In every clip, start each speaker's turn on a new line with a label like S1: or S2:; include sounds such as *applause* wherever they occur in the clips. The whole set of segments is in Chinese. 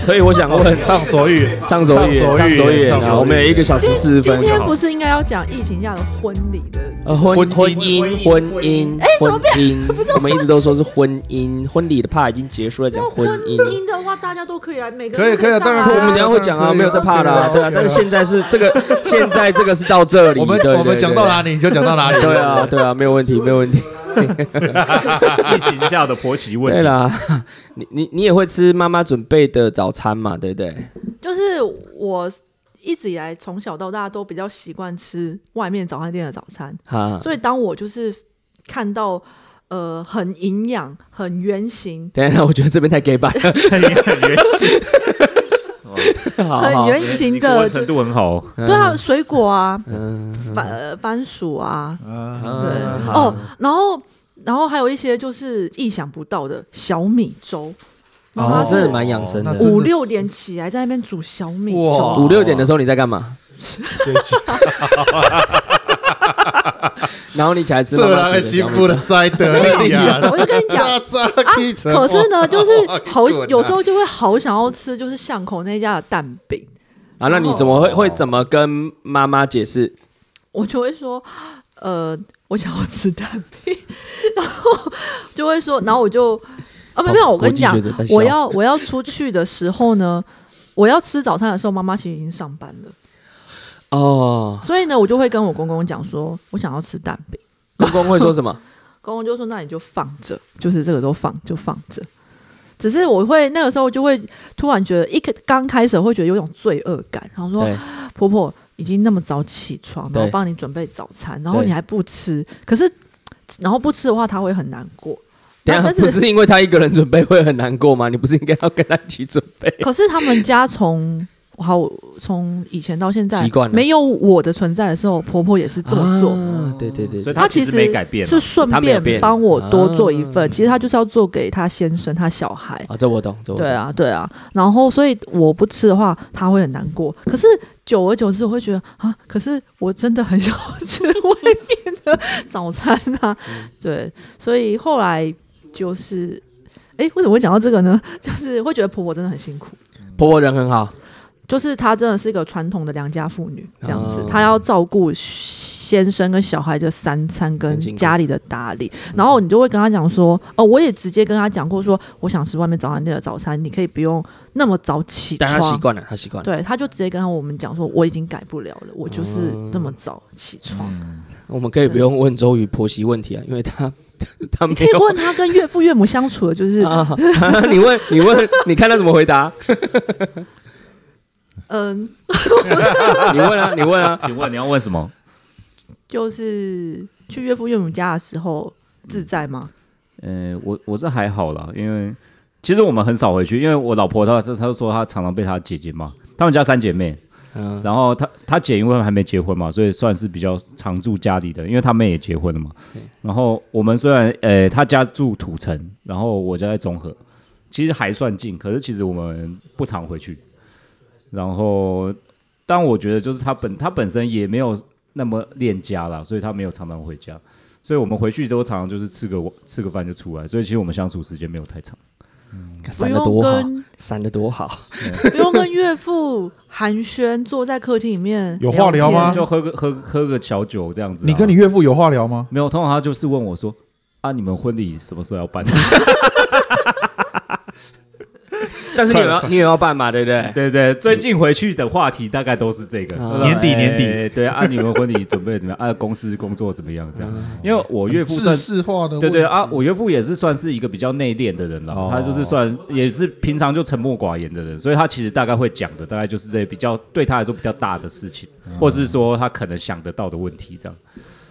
S1: *laughs* 所以我想问，
S2: 畅所欲言，
S1: 畅所欲言，
S2: 畅
S1: 畅所
S2: 所
S1: 欲
S2: 欲言
S1: 言啊！我们有一个小时四十分
S3: 今
S1: 就
S3: 天
S1: 好
S3: 不。是应该要讲疫情下的婚礼的？
S1: 呃，婚
S2: 婚
S1: 婚
S2: 姻
S1: 姻婚姻
S3: 哎
S1: 婚
S3: *laughs*
S1: 姻，我们一直都说是婚姻，婚礼的怕已经结束了，讲
S3: 那
S1: 婚
S3: 婚
S1: 姻。
S3: 姻的话，大家都可以来，每个
S2: 可以
S3: 人都
S2: 可以啊
S3: 上
S2: 当然
S3: 来
S2: 可以
S1: 我们等一下会讲啊，没有在怕啦，对啊。但是现在是这个， *laughs* 现在这个是到这里，
S2: 我们
S1: 对
S2: 我们讲到？哪里你就讲到哪
S1: *laughs*
S2: 里。
S1: 对对啊，对啊，没有问题，没有问题。
S4: *laughs* 疫情下的婆媳问
S1: 对
S4: 题，
S1: 啦， *laughs* 你你你也会吃妈妈准备的早餐嘛，对不对？
S3: 就是我一直以来从小到大都比较习惯吃外面早餐店的早餐，
S1: 哈，
S3: 所以当我就是看到呃很营养、很圆形、
S1: 等一下，我觉得这边太 gay 白了，
S4: 很 *laughs* 原
S3: *laughs*
S4: 始，
S1: *laughs* 好
S3: 很
S1: 好，
S3: 圆形
S4: 你国
S3: 的，
S4: 文
S3: 就
S4: 程度很好哦，
S3: 对啊，水果啊，
S1: 嗯，
S3: 番呃番薯啊，
S2: 啊，
S3: 对
S1: 嗯好
S3: 哦，然后然后还有一些就是意想不到的小米粥，妈妈
S1: 哦真
S3: 是
S1: 的蛮养生的
S2: 那真是
S3: 五六点起来在那边煮小米
S2: 哇
S3: 粥，
S1: 五六点的时候你在干嘛？
S2: 睡觉，
S1: *laughs* 然后你起来吃妈
S2: 这
S1: 妈
S2: 人
S1: 煮的
S2: 的
S1: 小
S2: 辛
S1: 米
S2: 苦了，在得力啊！
S3: *laughs* 我就跟你讲。啊
S2: 渣渣可成。哦
S3: 可是呢，就是
S2: 哇
S3: 好
S2: 你滚啊
S3: 有时候就会好想要吃，就是巷口那家的蛋饼，
S1: 啊，那你怎么会会怎么跟妈妈解释？
S3: 我就会说，呃，我想要吃蛋饼，然后就会说，然后我就啊，没有没有，我跟你讲
S1: 国际学者在，笑
S3: 我要我要出去的时候呢，我要吃早餐的时候，妈妈其实已经上班了，
S1: 哦，
S3: 所以呢，我就会跟我公公讲说，我想要吃蛋饼，
S1: 公公会说什么？
S3: 公公就说，那你就放着，就是这个都放就放着。只是我会那个时候就会突然觉得，一开刚开始会觉得有一种罪恶感，然后说
S1: 对，
S3: 婆婆已经那么早起床，然后
S1: 对
S3: 帮你准备早餐，然后
S1: 对
S3: 你还不吃，可是然后不吃的话，她会很难过。
S1: 等一
S3: 但
S1: 下
S3: 啊但
S1: 不是因为他一个人准备会很难过吗？你不是应该要跟他一起准备？
S3: 可是他们家从好从以前到现在
S1: 习惯了
S3: 没有我的存在的时候，婆婆也是这么做。
S1: 啊对对对
S4: 所
S1: 对，
S4: 以
S3: 她
S4: 他
S3: 其
S4: 其实没改变啊，
S3: 是顺
S1: 她没有变
S3: 便帮我多做一份，
S1: 啊
S3: 其实她就是要做给她先生、她小孩。
S1: 啊，这我懂，这我懂。
S3: 对啊，对啊。然后，所以我不吃的话，她会很难过。可是久而久之，我会觉得啊，可是我真的很想要吃外面的早餐啊。对，所以后来就是，哎，为什么会讲到这个呢？ *laughs* 就是会觉得婆婆真的很辛苦。
S1: 婆婆人很好，
S3: 就是她真的是一个传统的良家妇女这样子
S1: 哦，
S3: 她、要照顾先生跟小孩的三餐跟
S1: 很辛苦嗯
S3: 家里的打理，然后你就会跟她讲说，哦，我也直接跟她讲过说，我想吃外面早餐店的早餐，你可以不用那么早起
S1: 但她习
S3: 床。
S1: 惯了，她习惯了。
S3: 对，她就直接跟我们讲说，我已经改不了了，我就是
S1: 哦
S3: 那么早起床。
S1: 我们可以不用问周瑜婆媳问题啊，因为她她
S3: 你
S1: 没
S3: 可以
S1: 有
S3: 问她跟岳父岳母相处的，就是、
S1: 啊。 *laughs* 你问你问，你看她怎么回答？
S3: 嗯，
S1: 你问啊，你问啊。
S4: 请问你要问什么？
S3: 就是去岳父岳母家的时候自在吗？
S4: 呃，我我这还好啦，因为其实我们很少回去，因为我老婆她她她就说她常常被她姐姐骂，她们家三姐妹，
S1: 嗯，
S4: 然后她她姐因为还没结婚嘛，所以算是比较常住家里的，因为她妹也结婚了嘛。然后我们虽然呃她家住土城，然后我家在中和，其实还算近，可是其实我们不常回去。然后，但我觉得就是她本她本身也没有那么恋家啦，所以她没有常常回家。所以我们回去都常常就是吃个吃个饭就出来，所以其实我们相处时间没有太长。
S3: 不
S1: 闪的
S3: 用
S1: 多好，
S3: 跟
S1: 闪的多好。
S3: *laughs* 不用跟岳父寒暄，坐在客厅里
S2: *laughs*
S3: 面
S2: 有话聊吗
S3: 天
S4: 就喝个喝喝个小酒这样子啊、
S2: 啊你跟你岳父有话聊吗？
S4: 没有，通常他就是问我说：“啊，你们婚礼什么时候
S2: *laughs*
S4: 要办？”
S1: *laughs* 但是你也要你也要办嘛，对不对？
S4: 对对，最近回去的话题大概都是这个，
S1: 啊
S4: 他说
S2: 年底
S4: 哎
S2: 年底
S4: 对啊，你们婚礼准备怎么样？啊，公司工作怎么样？这样，
S2: 啊
S4: 因为我岳父
S2: 制
S4: 算
S2: 式化的问题，
S4: 对对啊，我岳父也是算是一个比较内敛的人了，
S2: 哦
S4: 他就是算也是平常就沉默寡言的人，所以他其实大概会讲的大概就是这些比较对他来说比较大的事情，或是说他可能想得到的问题这样。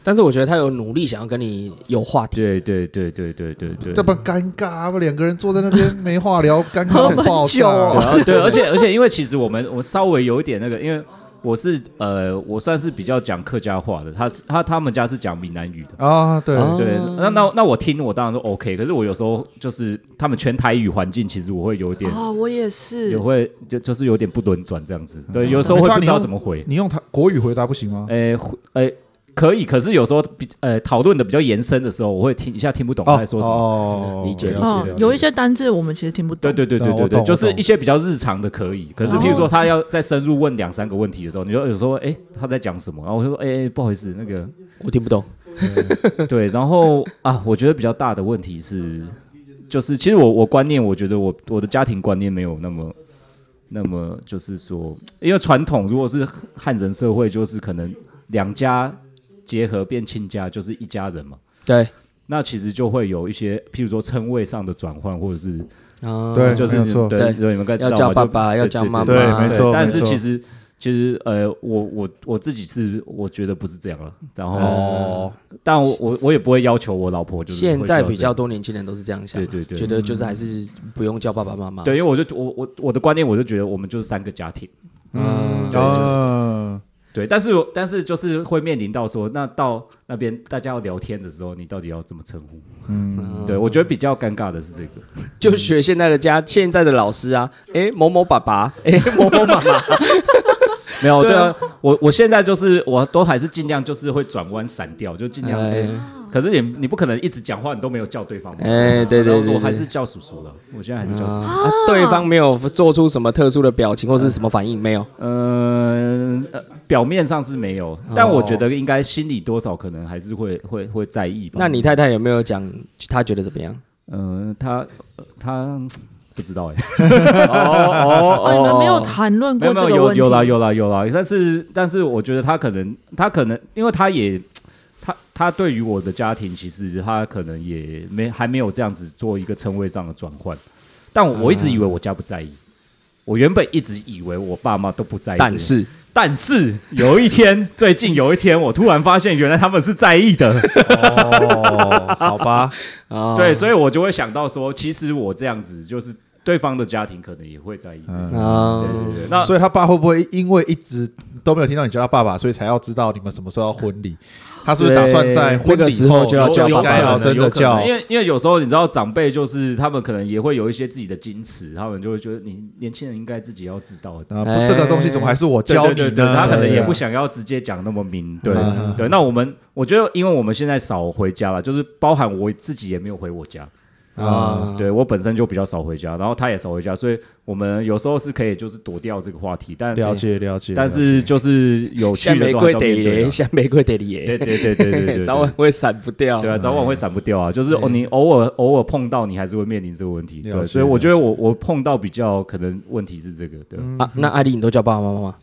S1: 但是我觉得她有努力想要跟你有话题。
S4: 对对对对对对对，
S2: 这不尴尬吗？两个人坐在那边没话聊，尴尬到爆
S3: 喝哦闷酒
S2: 炸。
S4: 啊对，而且而且，因为其实我们我稍微有一点那个，因为我是呃，我算是比较讲客家话的，他是他他们家是讲闽南语的。
S2: 啊，对，
S1: 啊
S4: 对，那那那我听我当然说 OK，可是我有时候就是他们全台语环境，其实我会有点，
S3: 哦，我也是
S4: 也，会就就是有
S2: 嗯
S4: 点不轮转这样子。对，有时候会不知道怎么回。
S2: 你用他国语回答不行吗？
S4: 诶诶，可以，可是有时候比呃讨论的比较延伸的时候，我会听一下听不懂他在说什么。
S2: 哦，
S1: 理解了
S2: 了解
S1: 解
S2: 了解，
S3: 嗯有一些单字我们其实听不懂。
S4: 对对对对
S2: 对啊
S4: 对
S2: 我
S4: 对，
S2: 懂哦
S4: 就是
S2: 我懂
S4: 一些比较日常的可以。可是譬如说他要再深入问两三个问题的时候，你就有时候哎他在讲什么，然后我就说哎、哎不好意思那个
S1: 我听不懂。 *laughs*
S4: 对，然后啊，我觉得比较大的问题是，就是其实我我观念，我觉得我我的家庭观念没有那么那么，就是说，因为传统如果是汉人社会，就是可能两家结合变亲家，就是一家人嘛。
S1: 对，
S4: 那其实就会有一些，譬如说称谓上的转换，或者是
S1: 啊
S2: 对
S4: 就是
S2: 没有错
S4: 对
S1: 对
S4: 对，你们该知道
S1: 要
S4: 嘛
S1: 叫
S4: 就
S1: 爸爸，
S4: 对
S1: 要
S4: 对
S1: 叫
S4: 对
S1: 妈妈，
S4: 对
S2: 对没错
S4: 但是
S2: 没错
S4: 其实其实呃，我我我自己是我觉得不是这样了，然后、
S2: 哦，
S4: 但我我我也不会要求我老婆就是会
S1: 现在
S4: 需要
S1: 比
S4: 这样
S1: 较多年轻人都是这样想啊，
S4: 对对对
S1: 觉得就是还是不用叫爸爸妈妈。啊
S4: 对，因为我就我我我的观念，我就觉得我们就是三个家庭，
S1: 嗯，
S2: 嗯，
S4: 对，但是但是就是会面临到说，那到那边大家要聊天的时候，你到底要怎么称呼？嗯，对我觉得比较尴尬的是这个，
S1: 就学现在的家，现在的老师啊，哎，某某爸爸，哎，某某妈妈，
S4: 没有，
S1: 对
S4: 对
S1: 啊
S4: 啊，我我现在就是我都还是尽量就是会转弯闪掉，就尽量。
S1: 哎
S4: 可是你你不可能一直讲话，你都没有叫对方嘛。
S1: 哎，对对
S4: 然后
S1: 对对，
S4: 我还是叫叔叔了，我现在还是叫叔叔。
S1: 啊，啊对方没有做出什么特殊的表情或是什么反应，没有。
S4: 嗯、呃，表面上是没
S3: 哦
S4: 有，但我觉得应该心里多少可能还是会会会在意吧。
S1: 那你太太有没有讲她觉得怎么样？
S4: 嗯，他呃他不知道
S3: *laughs*
S4: 哎、
S1: *laughs* 哦哦
S3: 哦，你们没有谈论
S4: 没有
S3: 过
S4: 没有
S3: 这个
S4: 有
S3: 问题？
S4: 有啦有啦有啦，但是但是我觉得他可能他可能因为他也他他对于我的家庭其实他可能也没还没有这样子做一个称谓上的转换，但我,、一直以为我家不在
S3: 嗯
S4: 意。我原本一直以为我爸妈都不在意这件
S1: 但
S4: 事，
S1: 是
S4: 但是有一天，最近有一天，我突然发现，原来他们是在
S2: *laughs*
S4: 意的。
S2: 哦，好吧，
S1: 啊，
S2: 哦
S4: 对，所以我就会想到说，其实我这样子，就是对方的家庭可能也会在意这件事。
S1: 啊
S4: 对，对对，那
S2: 嗯所以他爸会不会因为一直都没有听到你叫他爸爸，所以才要知道你们什么时候要婚礼？他是不是打算在婚
S1: 那个
S2: 礼
S1: 时
S2: 后
S1: 候就要叫爸爸
S2: 应
S4: 有有可
S2: 该
S4: 能
S2: 要啊真的
S4: 有可能
S2: 叫？
S4: 因为因为有时候你知道长辈就是他们可能也会有一些自己的矜持，他们就会觉得你年轻人应该自己要知道的。
S2: 啊，不这个东西怎么还是我教
S4: 哎对
S2: 你
S4: 对对对
S2: 呢？
S4: 他可能也
S2: 对啊
S4: 不想要直接讲那么明，对
S2: 嗯
S4: 对。那我们我觉得，因为我们现在少回家了，就是包含我自己也没有回我家，
S2: 嗯
S1: 啊，
S4: 对我本身就比较少回家，然后他也少回家，所以我们有时候是可以就是躲掉这个话题，但
S2: 了解了解，
S4: 但是就是有
S1: 像
S4: 趣的
S1: 玫
S4: 时候
S1: 瑰
S4: 还是要
S1: 得
S4: 面对
S1: 耶，
S4: 的。
S1: 像玫瑰得耶，
S4: 对对
S1: *laughs*
S4: 对对对对对，
S1: 早晚会散不掉。
S4: 对啊，早晚会闪不掉啊。就是哦，你偶尔偶尔碰到，你还是会面临这个问题。
S2: 了解嗯
S4: 对，所以我觉得我我碰到比较可能问题是这个，对，
S1: 啊，那艾丽你都叫爸爸妈妈吗？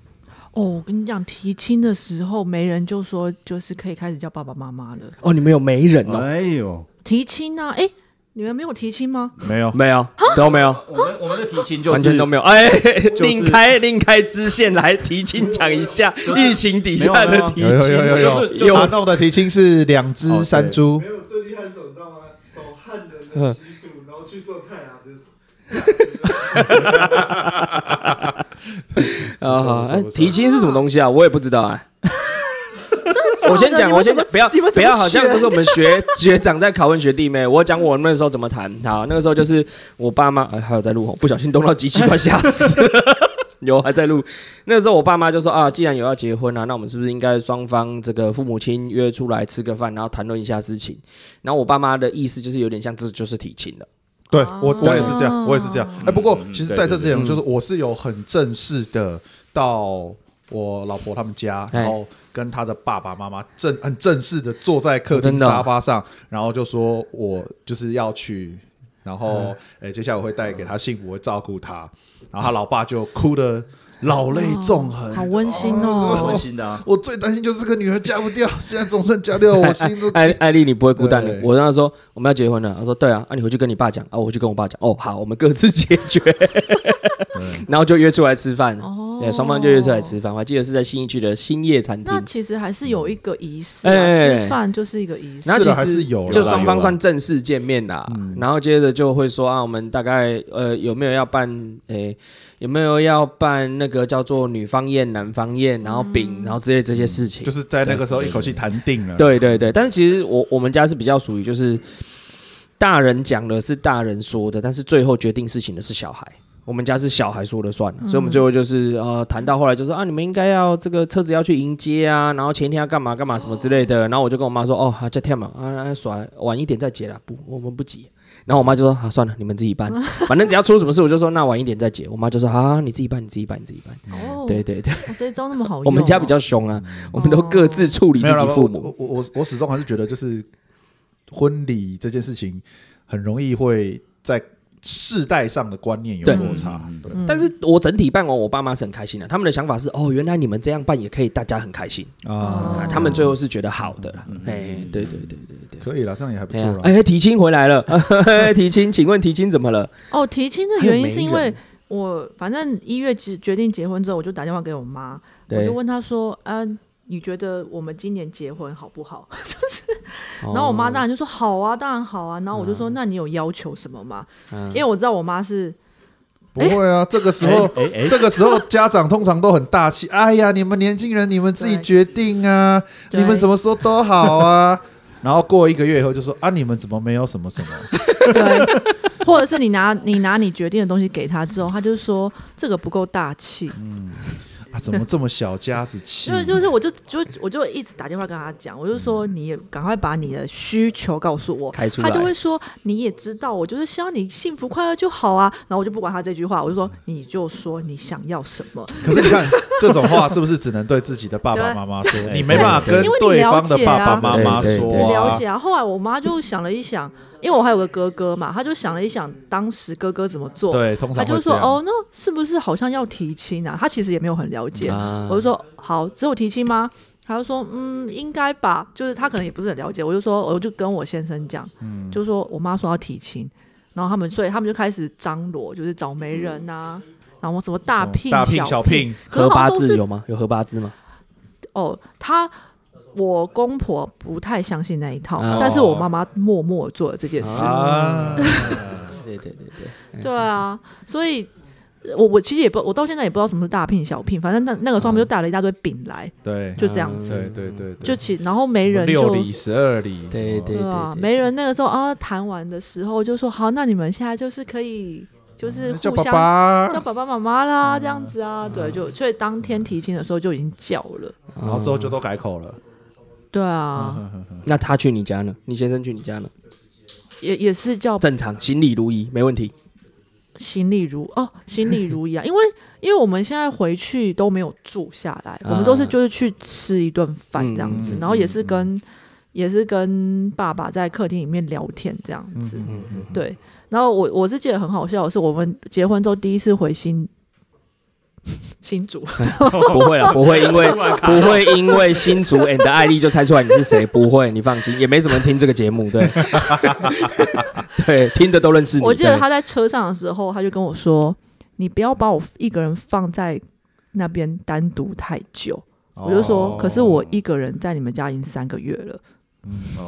S3: 哦，我跟你讲，提亲的时候没人就说就是可以开始叫爸爸妈妈了。
S1: 哦，你们有媒人哦？
S4: 哎呦，
S3: 提亲啊，哎，你们没有提亲吗？
S2: 没有
S1: 没有，都没有，
S4: 我们我们的提
S1: *laughs*
S4: 亲就
S1: 完全
S4: 是
S1: 都没有。哎，
S4: 是
S1: 另开另开支线来提亲讲一下疫情底下
S4: 没有没
S1: 的
S4: 有
S1: 提
S2: 有
S1: 亲。
S2: 有有有
S4: 就是
S2: 有，
S1: 有
S2: 他弄的提亲是两
S4: 哦
S2: 只
S4: 对
S2: 山猪，
S5: 没有最厉害是什么，你知道吗？走汉人的习俗，然后去做泰雅的。泰雅的
S1: 啊，好
S2: 不错
S1: 哎
S2: 不错
S1: 提亲是什么东西啊？我也不知道哎。我先讲，我先讲不要
S3: 你们
S1: 不
S3: 怎么
S1: 要，好像
S3: 选
S1: 都是我们学 *laughs* 学长在拷问学弟妹。我讲我那时候怎么谈，好，那个时候就是我爸妈、哎还有在录，不小心动到机器，快吓
S3: *laughs*
S1: 死了。有还在录，那时候我爸妈就说啊，既然有要结婚啊，那我们是不是应该双方这个父母亲约出来吃个饭，然后谈论一下事情？然后我爸妈的意思就是有点像这就是提亲了，
S2: 对我我也是这
S3: 哦
S2: 样，我也是这样。哎，不过
S4: 嗯
S2: 其实
S4: 对
S2: 在
S4: 对
S2: 这之前，
S1: 对
S2: 就是我是有很正式的到我老婆他们家，
S1: 哎
S2: 然后跟她的爸爸妈妈正很正式的坐在客
S1: 哦真
S2: 厅
S1: 的哦
S2: 沙发上，然后就说我就是要去，然后
S1: 嗯
S2: 哎，接下来我会带给她幸福，我会照顾她。然后她老爸就哭的老泪
S1: 哦
S2: 纵横，
S3: 好温馨
S4: 蛮温
S3: 哦。
S4: 馨的啊。
S2: 我最担心就是这个女儿嫁不掉，现在总算嫁掉，我心
S1: *laughs*
S2: 都
S1: 艾艾丽，你不会孤单的
S2: 对。
S1: 我跟她说我们要结婚了，她说对啊，啊你回去跟你爸讲啊，我去跟我爸讲。哦，好，我们各自解决， *laughs* 然后就约出来吃饭。
S3: 哦
S1: 对，双方就约出来吃饭。我还记得是在新一区的兴业餐厅
S3: 那。其实还是有一个仪式啊，
S1: 哎
S3: 吃饭就是一个仪式
S1: 然。后
S2: 是
S1: 其
S2: 的
S1: 实
S2: 还是有啦嗯
S1: 就
S4: 有啦
S1: 双
S4: 有
S1: 方
S4: 啦
S1: 算正式见面啦。然后接着就会说啊，我们大概呃有没有要办诶、有没有要办那个叫做女方宴、男方宴，然后饼，然后之类这些事情。
S2: 就是在那个时候一口气谈定了。
S1: 对
S3: 嗯
S1: 对对，但是其实我我们家是比较属于就是大人讲的是大人说的，但是最后决定事情的是小孩。我们家是小孩说了算了，所以我们
S3: 嗯
S1: 最后就是呃谈到后来就说啊，你们应该要这个车子要去迎接啊，然后前一天要干嘛干嘛什么之类的。然后我就跟我妈说，哦，啊，这天嘛，啊啊，耍晚一点再结啦，不，我们不急。然后我妈就说啊，算了，你们自己办，
S3: 哦
S1: *laughs* 反正只要出什么事，我就说那晚一点再结。我妈就说啊，你自己办，你自己办，你自己办。
S3: 哦，
S1: 对，对对，
S3: 我这一招那么好用哦，哦
S1: 我们家比较凶啊，我们都各自处理自
S2: 没有啦
S1: 己
S2: 我
S1: 父母。
S2: 我我我我始终还是觉得，就是婚礼这件事情很容易会在世代上的观念有
S1: 对
S2: 落差。对，
S3: 嗯，
S1: 但是我整体办完，我爸妈是很开心的。他们的想法是，哦，原来你们这样办也可以，大家很开心。
S2: 啊，
S3: 哦
S1: 啊他们最后是觉得好的
S3: 嗯
S1: 啦。哎，对对对对对。
S2: 可以了，这样也还不
S1: 哎
S2: 错
S1: 呀
S2: 啦，。
S1: 哎，提亲回来了， *laughs* 提亲，请问提亲怎么了？
S3: 哦，提亲的
S1: 还有
S3: 原因
S1: 媒
S3: 是因
S1: 人
S3: 为我反正一月决决定结婚之后，我就打电话给我妈，我
S1: 对
S3: 就问她说，啊，你觉得我们今年结婚好不好？就是，
S1: 哦
S3: 然后我妈当然就说好啊，当然好啊。然后我就
S1: 嗯
S3: 说，那你有要求什么吗？因为我知道我妈是
S2: 不会啊，这个时候。
S4: 哎哎，
S2: 这个时候，家长通常都很大气。哎呀，你们年轻人，你们自己决定啊，
S3: 对
S2: 你们什么时候都好啊。然后过一个月以后就说啊，你们怎么没有什么什么？
S3: 对，或者是你拿你拿你决定的东西给她之后，她就说这个不够大气，
S2: 啊，怎么这么小家子气？啊
S1: 嗯
S3: 就就是我就就我就一直打电话跟她讲，我就说你也赶快把你的需求告诉我，
S1: 开出
S3: 他就会
S1: 来，
S3: 说：“你也知道，我就是希望你幸福快乐就好啊。”然后我就不管他这句话，我就说：“你就说你想要什么，
S2: 可是你看这种话是不是只能对自己的爸
S3: *laughs* 啊
S2: 爸妈妈说？
S4: 对
S2: 你没办法跟对方的爸爸妈妈
S1: 因为你
S2: 说
S3: 你
S1: 哇
S3: 了
S2: 啊。
S3: 解啊。”后来我妈就想了一想，因为我还有个哥哥嘛，她就想了一想当时哥哥怎么做，
S2: 对，通
S3: 她
S2: 常
S3: 就
S2: 会这
S3: 说：“
S2: 样。
S3: 哦，那是不是好像要提亲啊？”她其实也没有很了解，
S1: 啊
S3: 我就说：“好，只有提亲吗？”她就说：“嗯，应该吧。”就是她可能也不是很了解，我就说，我就跟我先生讲，
S2: 嗯
S3: 就说我妈说要提亲，然后他们所以他们就开始张罗，就是找媒人呐、然后什么大聘
S2: 大聘小聘，
S1: 合
S3: 可是好
S1: 八
S3: 像都
S1: 字
S3: 是
S1: 有吗？有合八字吗？
S3: 哦，她我公婆不太相信那一套，
S1: 哦
S3: 但是我妈妈默默做了这件事，
S2: 啊，
S1: *laughs* 对对对对，
S3: 对啊，所以。呃我我其实也不，我到现在也不知道什么是大聘小聘，反正
S2: 嗯
S3: 那那个时候他们就带了一大堆饼来，
S2: 对，
S3: 就这样子，
S2: 对对对，
S3: 就其然后媒人就
S2: 六里十二里，
S1: 对对
S3: 对啊，
S1: 对
S3: 媒人那个时候啊，谈完的时候就说好，那你们现在就是可以就是
S2: 嗯叫
S3: 互
S2: 爸嗯
S3: 相
S2: 爸，
S3: 叫爸爸妈妈啦，这样子啊，对，就所以当天提亲的时候就已经叫了，
S1: 嗯
S2: 然后之后就都改口了。
S3: 对
S2: 嗯
S3: 啊，
S1: 那他去你家呢？你先生去你家呢？
S3: 也也是叫
S1: 正常，行礼如仪，没问题。
S3: 行礼如哦，行礼
S1: *laughs*
S3: 如仪啊，因为因为我们现在回去都没有住下来，我们都是就是去吃一顿饭这样子
S1: 啊嗯嗯，
S3: 然后也是跟也是跟爸爸在客厅里面聊天这样子，
S1: 嗯嗯，
S3: 对，然后我我是记得很好笑的是，我们结婚之后第一次回新 *laughs* 新
S1: *laughs*
S3: 竹，
S1: 不会了，不会因为不会因为新竹 and 艾丽就猜出来你是谁，不会，你放心，也没什么人听这个节目，
S3: *laughs*
S1: 对，对，听的都认识你。
S3: 我记得
S1: 对
S3: 他在车上的时候，他就跟我说：“你不要把我一个人放在那边单独太久。”我就
S1: 哦
S2: 哦
S3: 说：“可是我一个人在你们家已经三个月了。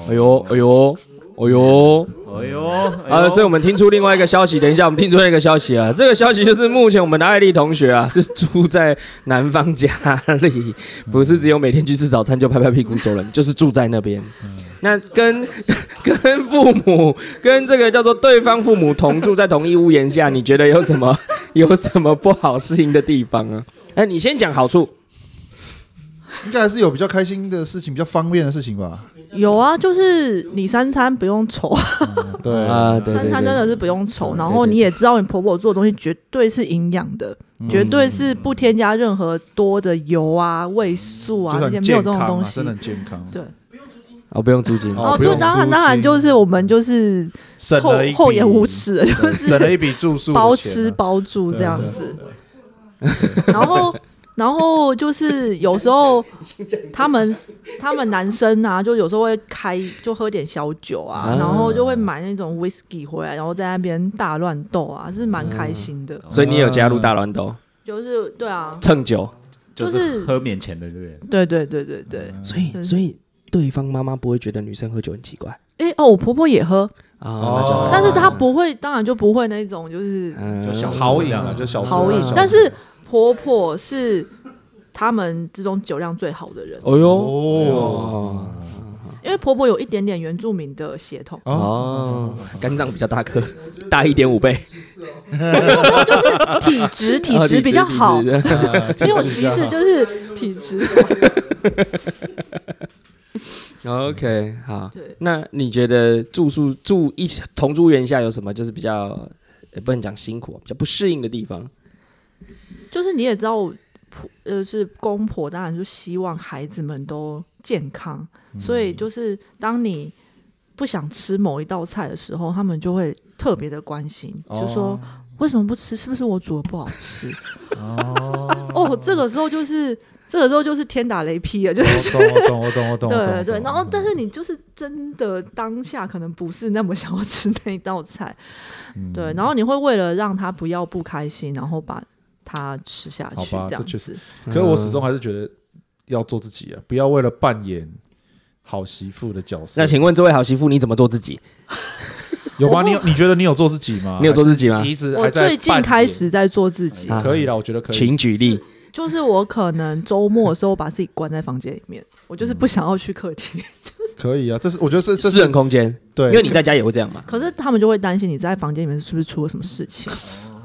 S1: 哎呦，哎呦，哎呦，
S4: 哎呦，
S1: 啊，所以我们听出另外一个消息，等一下我们听出另外一个消息 *laughs* 啊，这个消息就是目前我们的艾丽同学啊是住在男方家里，不是只有每天去吃早餐就拍拍屁股走 *laughs* 人，就是住在那边。那跟 *laughs* 跟父母跟这个叫做对方父母同住在同一屋檐下，你觉得有什 *laughs* 么有什么不好适应的地方啊？哎，你先讲好处，
S2: 应该还是有比较开心的事情，比较方便的事情吧。”
S3: 有啊，就是你三餐不用愁，
S2: *laughs* 对
S1: 啊对
S3: 三餐真的是不用愁。然后
S1: 对对
S3: 你也知道，你婆婆做的东西绝对是营养的，
S2: 嗯
S3: 绝对是不添加任何多的油啊、味素啊
S2: 就是
S3: 这些，
S2: 很
S3: 没
S2: 健
S3: 有这种
S2: 康
S3: 东
S2: 啊，
S3: 西
S2: 真的。很健康，
S3: 对，
S1: 哦，不用租金，
S2: 哦
S3: 哦，
S2: 不
S3: 对，
S2: 用
S3: 当然
S2: 租
S3: 当然
S2: 金
S3: 就是我们就是
S2: 省
S3: 厚
S2: 了一笔
S3: 厚颜无，耻的，
S2: 对省了一笔住宿的
S3: 包
S2: 钱啊啊
S3: 吃包住这样子。然后，然后就是有时 *laughs* 候他们他们男生啊，就有时候会开就喝点小酒啊，
S1: 啊
S3: 然后就会买那种 whisky 回来，然后在那边大乱斗啊，是蛮开心的。
S2: 啊
S1: 所以你有加入大乱斗
S3: 就是对啊，
S1: 蹭酒，
S3: 就是
S4: 喝免钱的，对不对？
S3: 对对对对对。
S1: 所以所以对方妈妈不会觉得女生喝酒很奇怪
S3: 哎哦，我婆婆也喝，
S1: 啊，
S2: 哦
S1: 那就好
S3: 但是她不会，当然就不会那种就是
S1: 嗯
S4: 就小
S2: 豪饮啊，就小酌啊
S3: 好饮
S2: 小酌，
S3: 但是婆婆是他们之中酒量最好的人，
S1: 哎哦呦，
S2: 哦，
S1: 哦，
S3: 因因为婆婆有一点点原住民的血统，
S2: 哦，
S1: 哦，肝脏比较大颗， *laughs* 大一点五倍，
S3: 体质 *laughs* 啊体
S1: 哦
S3: 质 *laughs* 比较
S1: 体质
S3: 好，
S1: 体质
S2: *laughs*
S3: 因为我歧视就是体质。 *laughs*
S1: OK，好
S3: 对，
S1: 那你觉得住宿住一起同住院下有什么就是比较呃不能讲辛苦，比较不适应的地方？
S3: 就是你也知道，我婆呃是公婆，当然就希望孩子们都健康，所以就是当你不想吃某一道菜的时候，他们就会特别的关心，就说为什么不吃？是不是我煮的不好吃？哦，这个时候就是这个时候就是天打雷劈了，就是。
S2: 我懂，我懂，我懂，我懂，我懂嗯
S3: 对对，然后但
S2: 是
S3: 是你就是真的当下可能不是那么想要吃那一道菜，
S2: 嗯
S3: 对，然后你会为了让他不要不开心，然后把它吃下
S2: 好
S3: 去，
S2: 吧
S3: 这样
S2: 这确
S3: 子。
S2: 可是我始终还是觉得要做自己啊，不要为了扮演好媳妇的角色
S1: 那。请问这位好媳妇，你怎么做自己？
S2: 有吗？
S3: 我
S2: 你有你觉得你有做自己吗？
S1: 你有做自己吗
S2: 还是你一直
S3: 我
S2: 还在哎
S3: 最近
S2: 扮演
S3: 开始在做自己，
S1: 啊
S2: 可以了，我觉得可以。
S1: 请举例。
S3: 就是我可能周末的时候把自己关在房间里面，我就是
S2: 嗯
S3: 不想要去客厅。 *laughs*
S2: 可以啊，这是我觉得这这
S1: 私人
S2: 是
S1: 空间，
S2: 对，
S1: 因为你在家也会这样嘛。
S3: 可是他们就会担心你在房间里面是不是出了什么事情，
S2: 哦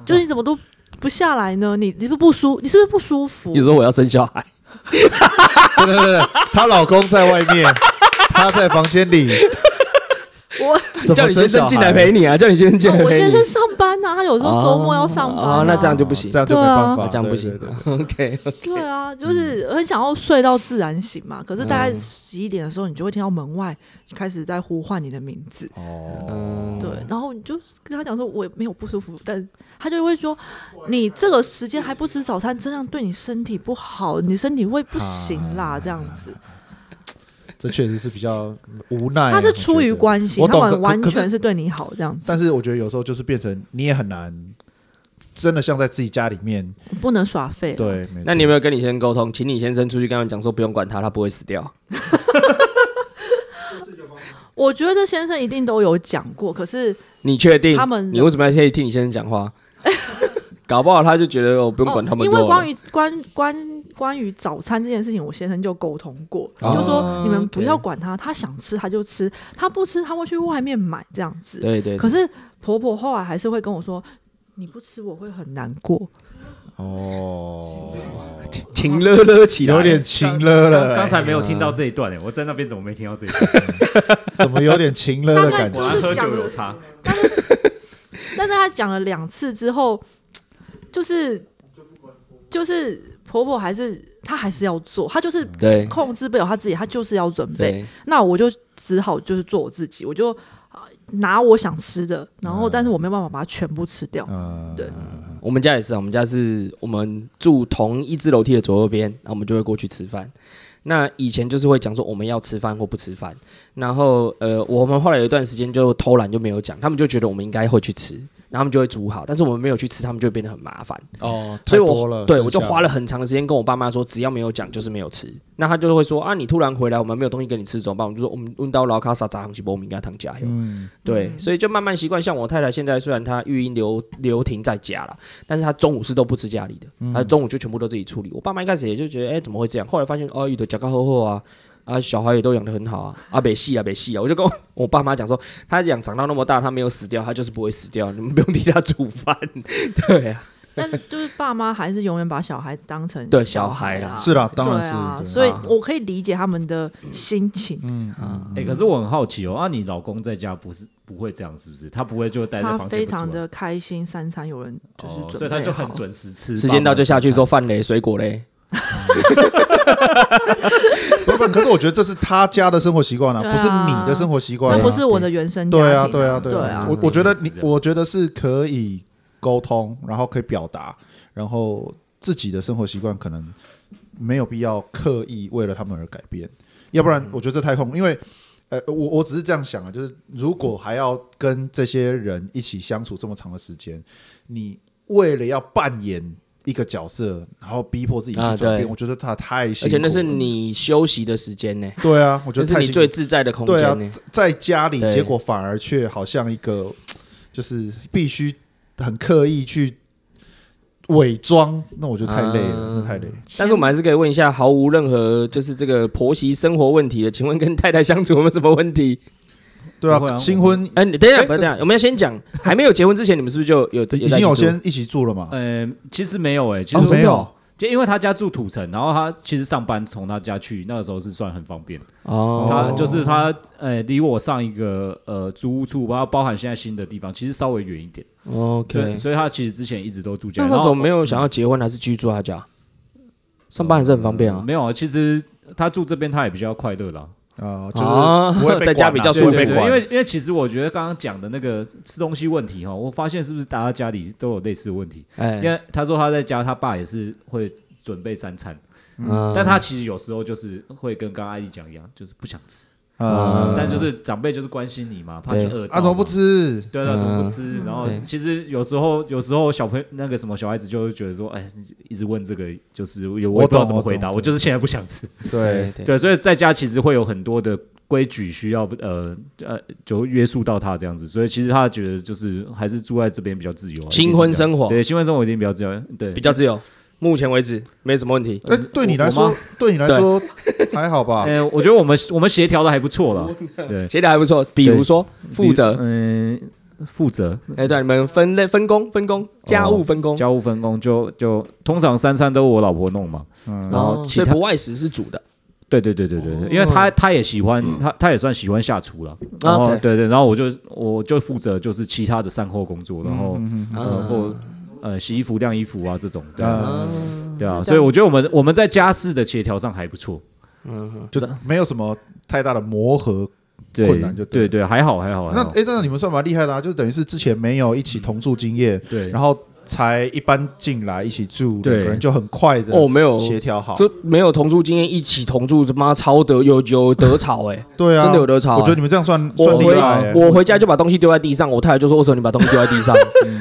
S3: 就是你怎么都不下来呢？你你是不是不舒，你是不是不舒服
S1: 你？说我要生小孩，
S2: 对对对，对她老公在外面，她在房间 *laughs* 里， *laughs*
S3: 我
S2: 怎
S1: 叫
S2: 么
S1: 你先
S2: 生
S1: 生
S2: 小
S1: 进来
S2: 孩？
S1: 陪你啊，叫你先生进来陪你。
S3: 我先生上班呐、他有时候周末要上班、啊
S1: 哦，那这样就不行
S2: 这。样就没
S3: 对啊
S2: 办法，
S1: 哦这样不
S2: 对
S1: 行
S2: 对对对
S1: *laughs* OK，
S3: 对啊，就是
S2: 嗯
S3: 很想要睡到自然醒嘛。可是大概十一点的时候，你就会听到门外开始在呼唤你的名字。
S2: 哦，
S1: 嗯，
S3: 对，然后你就跟他讲说，我也没有不舒服，但他就会说，你这个时间还不吃早餐，这样对你身体不好，你身体会不行
S2: 啊
S3: 啦，这样子。
S2: 这确实是比较无奈啊。
S3: 他是
S2: 我觉
S3: 出于
S2: 得
S3: 关心，
S2: 我
S3: 他
S2: 懂，
S3: 们
S2: 可
S3: 完
S2: 可是
S3: 全是对你好这样子，
S2: 但是我觉得有时候就是变成你也很难，真的像在自己家里面，
S3: 不能耍废。
S2: 对，没错
S1: 哎那你有没有跟你先生沟通，请你先生出去跟他们讲说不用管他，他不会死掉。
S3: 我觉得先生一定都有讲过，可是
S1: 你确定？
S3: 他们
S1: 你为什么要先替你先生讲
S3: *laughs*
S1: 话？搞不好他就觉得我不用管他们
S3: 哦
S1: 就
S3: 因
S1: 好了。
S3: 为关于关关关于早餐这件事情，我先生就沟通过，
S2: 哦
S3: 就说你们不要
S1: OK
S3: 管他，他想吃他就吃，他不吃他会去外面买这样子。
S1: 对对，对
S3: 可是婆婆后来还是会跟我说：“你不吃我会很难
S1: *laughs*
S3: 过。
S2: 哦，
S1: 情乐乐起来，
S2: 有点情了了，
S4: 刚
S2: 哎
S4: 才没有听到这一段诶，欸我在那边怎么没听到
S3: *laughs*
S4: 这一段？
S2: 怎么有点情了的感
S3: 大
S2: 觉
S4: 果
S3: 概？
S4: 然喝酒有差。”
S3: 但是她讲了两次之后，就是就是婆婆还是她还是要做，她就是
S1: 嗯
S3: *laughs*
S1: 对
S3: 控制不了她自己，她就是要准备。
S1: 对，
S3: 那我就只好就是做我自己，我就。呃拿我想吃的，然后但是我没有办法把它全部吃掉，
S2: 嗯，
S3: 对
S1: 我们家也是啊，我们家是我们住同一只楼梯的左右边，然后我们就会过去吃饭。那以前就是会讲说我们要吃饭或不吃饭，然后呃，我们后来有一段时间就偷懒就没有讲，他们就觉得我们应该会去吃，然后他们就会煮好，但是我们没有去吃，他们就会变得很麻烦。
S2: 哦，
S1: 所以
S2: 太多了，
S1: 我对我就花
S2: 了，
S1: 了很长的时间跟我爸妈说，只要没有讲就是没有吃。那他就会说啊，你突然回来，我们没有东西给你吃怎么办？我们就说我们问到老卡萨扎行西波，我们应该糖加油。
S2: 嗯，
S1: 对，所以就慢慢习惯。像我太太现在虽然她育婴留留停在家了，但是她中午是都不吃家里的，
S2: 嗯
S1: 她中午就全部都自己处理。我爸妈一开始也就觉得，哎、怎么会这样？后来发现，哦，有的脚高厚厚啊。啊，小孩也都养得很好啊，啊，北戏啊，北戏啊，我就跟我我爸妈讲说，他养长到那么大，他没有死掉，他就是不会死掉，你们不用替他煮饭， *laughs* 对啊，
S3: 但是就是爸妈还是永远把小孩当成
S1: 对小
S3: 孩
S1: 孩
S3: 啊
S1: 啦
S2: 是啦，当
S3: 对啊
S2: 然是，
S3: 所以
S2: 对嗯
S3: 我可以理解他们的心情。
S1: 嗯
S4: 哎、可是我很好奇哦，啊，你老公在家不是不会这样是不是？他不会就待在
S3: 他
S4: 房间
S3: 非
S4: 不出来
S3: 常的开心，三餐有人就是
S4: 哦，
S3: 准备好，
S4: 所以他就很准时吃，
S1: 时间到就下去做
S4: 说，
S1: 饭嘞，水果嘞，
S2: 不不，可是我觉得这是他家的生活习惯啊，
S3: 对啊
S2: 不是你的生活习惯
S3: 那
S2: 啊，
S3: 不是我的原生家庭、
S2: 对啊，对啊，
S3: 对
S2: 对
S3: 啊
S2: 我我觉得
S4: 嗯是
S2: 你
S4: 这，样
S2: 我觉得是可以沟通，然后可以表达，然后自己的生活习惯可能没有必要刻意为了他们而改变，要不
S4: 嗯
S2: 然我觉得这太空，因为。呃，我我只是这样想啊，就是如果还要跟这些人一起相处这么长的时间，你为了要扮演一个角色，然后逼迫自己去
S1: 啊
S2: 转变，
S1: 对
S2: 我觉得他太辛
S1: 而
S2: 苦
S1: 且
S2: 了。
S1: 那是你休息的时间呢、
S2: 对啊，我
S1: 这
S2: 觉得
S1: 是
S2: 太
S1: 你
S2: 辛苦
S1: 最自在的空间
S2: 对啊
S1: 呢、，
S2: 在家里，
S1: 对
S2: 结果反而却好像一个就是必须很刻意去伪装，那我就太累了，
S1: 啊
S2: 那太累。
S1: 但是我们还是可以问一下，毫无任何就是这个婆媳生活问题的，请问跟太太相处有没有什么问题？
S2: 对
S4: 不会啊
S2: 啊，新婚
S1: 哎、你等一下，
S2: 哎
S1: 不是等一下，我们要先讲，还没有结婚之前，你们是不是就有
S2: 已
S1: 有在
S2: 经
S1: 一起住
S2: 有先一起住了嘛？
S4: 呃，其实没有哎、其
S2: 哦
S4: 实，
S2: 没有，
S4: 就因为他家住土城，然后他其实上班从他家去，那个时候是算很方便。
S1: 哦，
S4: 他就是他，呃，离我上一个呃租屋处，包括包含现在新的地方，其实稍微远一点。对，
S1: OK，
S4: 所以他其实之前一直都住家
S1: 那
S4: 里。
S1: 时候
S4: 然
S1: 怎
S4: 后
S1: 么没有想要结婚，还是居住他家？上班还是很方便啊。
S4: 没有啊，其实他住这边他也比较快乐啦。
S2: 啊，
S1: 啊
S2: 就是不会被管啊
S1: 在家比较
S2: 不
S1: 舒
S2: 会
S1: 服
S4: 对
S2: 被
S4: 对
S2: 管
S4: 因为因为其实我觉得刚刚讲的那个吃东西问题哈，我发现是不是大家家里都有类似的问题？
S1: 哎、
S4: 因为他说他在家，他爸也是会准备三餐，
S1: 嗯
S4: 但他其实有时候就是会跟刚刚艾丽讲一样，就是不想吃，
S2: 啊，
S4: 但就是长辈就是关心你嘛，怕你
S1: 嗯对嗯
S4: 饿到嘛。
S2: 啊怎么不吃？
S4: 对啊，怎么不吃？然后
S1: 对
S4: 其实有时候，有时候小朋友那个什么小孩子就会觉得说，哎，你一直问这个，就是我也我也不知道怎么回答，
S2: 我懂我懂
S4: 我就是现在不想吃。
S2: 对，
S1: 对
S4: 对，所以在家其实会有很多的规矩需要呃呃，就约束到他这样子。所以其实他觉得就是还是住在这边比较自由啊，
S1: 新婚生活
S4: 对新婚生活一定比较自由，对
S1: 比。较自由，目前为止没什么问题。
S2: 哎，对你来
S4: 我
S2: 说
S4: 妈，
S2: 对你来说 *laughs* 还好
S4: *laughs*
S2: 吧？
S4: 呃，我觉得我们我们协调的还不错了，对，
S1: 写的还不错，比如说负责，
S4: 嗯、负责
S1: 哎、对，你们分类分工分工，家务分工，
S4: 家务分工就就通常三餐都我老婆弄嘛，
S2: 嗯
S4: 然后
S1: 哦
S4: 其
S1: 所以
S4: 他
S1: 不外食是主的，
S4: 对对对对对对，因为他他也喜欢他他也算喜欢下厨了，然
S1: 哦
S4: 后
S1: OK
S4: 对对，然后我就我就负责就是其他的善后工作，然
S1: 嗯
S4: 后呃或呃洗衣服晾衣服啊这种，对啊
S2: 啊，
S4: 对啊，所以我觉得我们我们在家事的协调上还不错，
S2: 就没有什么太大的磨合。
S4: 对
S2: 困难就对
S4: 对对还好还好还
S2: 那
S4: 好，
S2: 哎，那你们算蛮厉害的啊，就等于是之前没有一起同住经验，
S4: 对
S2: 然后才一般进来一起住，
S4: 对
S2: 两个人就很快的
S1: 哦，没有，
S2: 协调好。
S1: 这没有同住经验，一起同住，他妈超得有有得吵
S4: *laughs*
S1: 哎、
S2: 对啊，
S1: 真的有得吵啊
S2: 我觉得你们这样算
S1: 我
S2: 算厉
S1: 回
S2: 害欸。
S1: 我回家就把东西丢在地上，我太太就说：“为什么你把东西丢在地
S4: *laughs*
S1: 上？”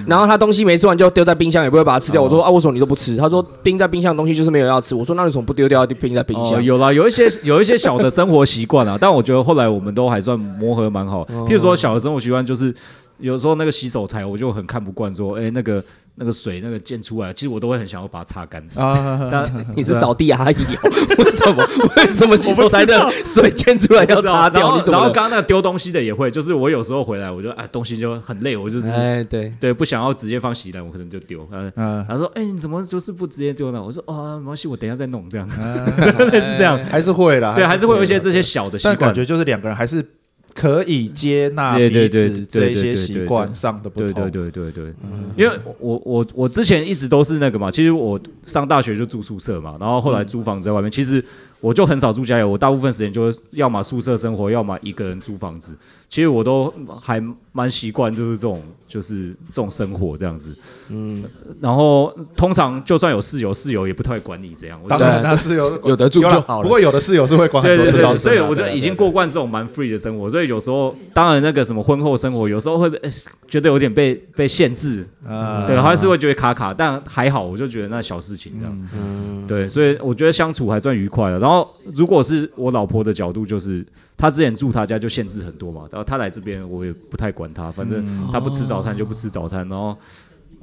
S1: 然后他东西没吃完就丢在冰箱，也不会把它吃掉。
S4: 哦
S1: 我说：“啊，为什么你都不吃？”他说：“冰在冰箱的东西就是没有要吃。”我说：“那你为什么不丢掉冰在冰
S4: 哦，
S1: 箱
S4: 有啦，有一些有一些小的生活习惯啊， *laughs* 但我觉得后来我们都还算磨合蛮好。譬如说小的生活习惯就是。有时候那个洗手台我就很看不惯，说，哎、那个那个水那个溅出来，其实我都会很想要把它擦干。
S2: 啊，
S4: 但？”
S1: 你是扫地阿姨哦？
S4: *laughs*
S1: 为什么？为什么洗手台的水溅出来要擦
S4: 然
S1: 掉？
S4: 后
S1: 你怎
S4: 然
S1: 么
S4: 后
S1: 了？
S4: 刚刚那个丢东西的也会，就是我有时候回来，我就哎东西就很累，我就是、
S1: 哎，对，
S4: 对不想要直接放洗衣篮，我可能就丢。嗯、
S2: 嗯，
S4: 他说：“哎、你怎么就是不直接丢呢？”我说：“哦，没关系，我等一下再弄。”这样，
S2: 啊
S4: *laughs* 类似这样，
S2: 还是会啦，
S4: 对，还是会有一些
S2: 啦
S4: 这些小的习
S2: 哎但
S4: 惯
S2: 感。觉就是两个人还是可以接纳
S4: 对
S2: 彼
S4: 对对
S2: 此
S4: 对
S2: 这
S4: 对
S2: 一些
S4: 对
S2: 习
S4: 对
S2: 惯
S4: 对
S2: 上的不
S4: 对
S2: 同嗯
S4: 对。对对对，因为我我我之前一直都是那个嘛，其实我上大学就住宿舍嘛，然后
S2: 嗯
S4: 后来租房子在外面，其实我就很少住家里，我大部分时间就是要么宿舍生活，要么一个人租房子。其实我都还蛮习惯，就是这种就是这种生活这样子。嗯，然后通常就算有室友，室友也不太管你怎样。我就
S2: 当然啦，室友
S1: 有得住
S2: 有啦
S1: 就好了
S2: 不过有的室友是会管很
S4: 对
S2: 多
S4: 对
S2: 这倒
S4: 对，
S2: 是
S4: 所以我
S2: 真
S4: 就
S2: 的
S4: 已经过惯这种蛮 free 的生活，所以有时候当然那个什么婚后生活，有时候会被、哎觉得有点被被限制，
S2: 啊
S4: 对，还是
S1: 嗯
S4: 会觉得卡卡，但还好，我就觉得那小事情这样，
S1: 嗯
S4: 对，所以我觉得相处还算愉快了。然后如果是我老婆的角度，就是她之前住她家就限制很多嘛，然后她来这边我也不太管她，反正
S1: 嗯
S4: 她不吃早餐就不吃早餐，然后。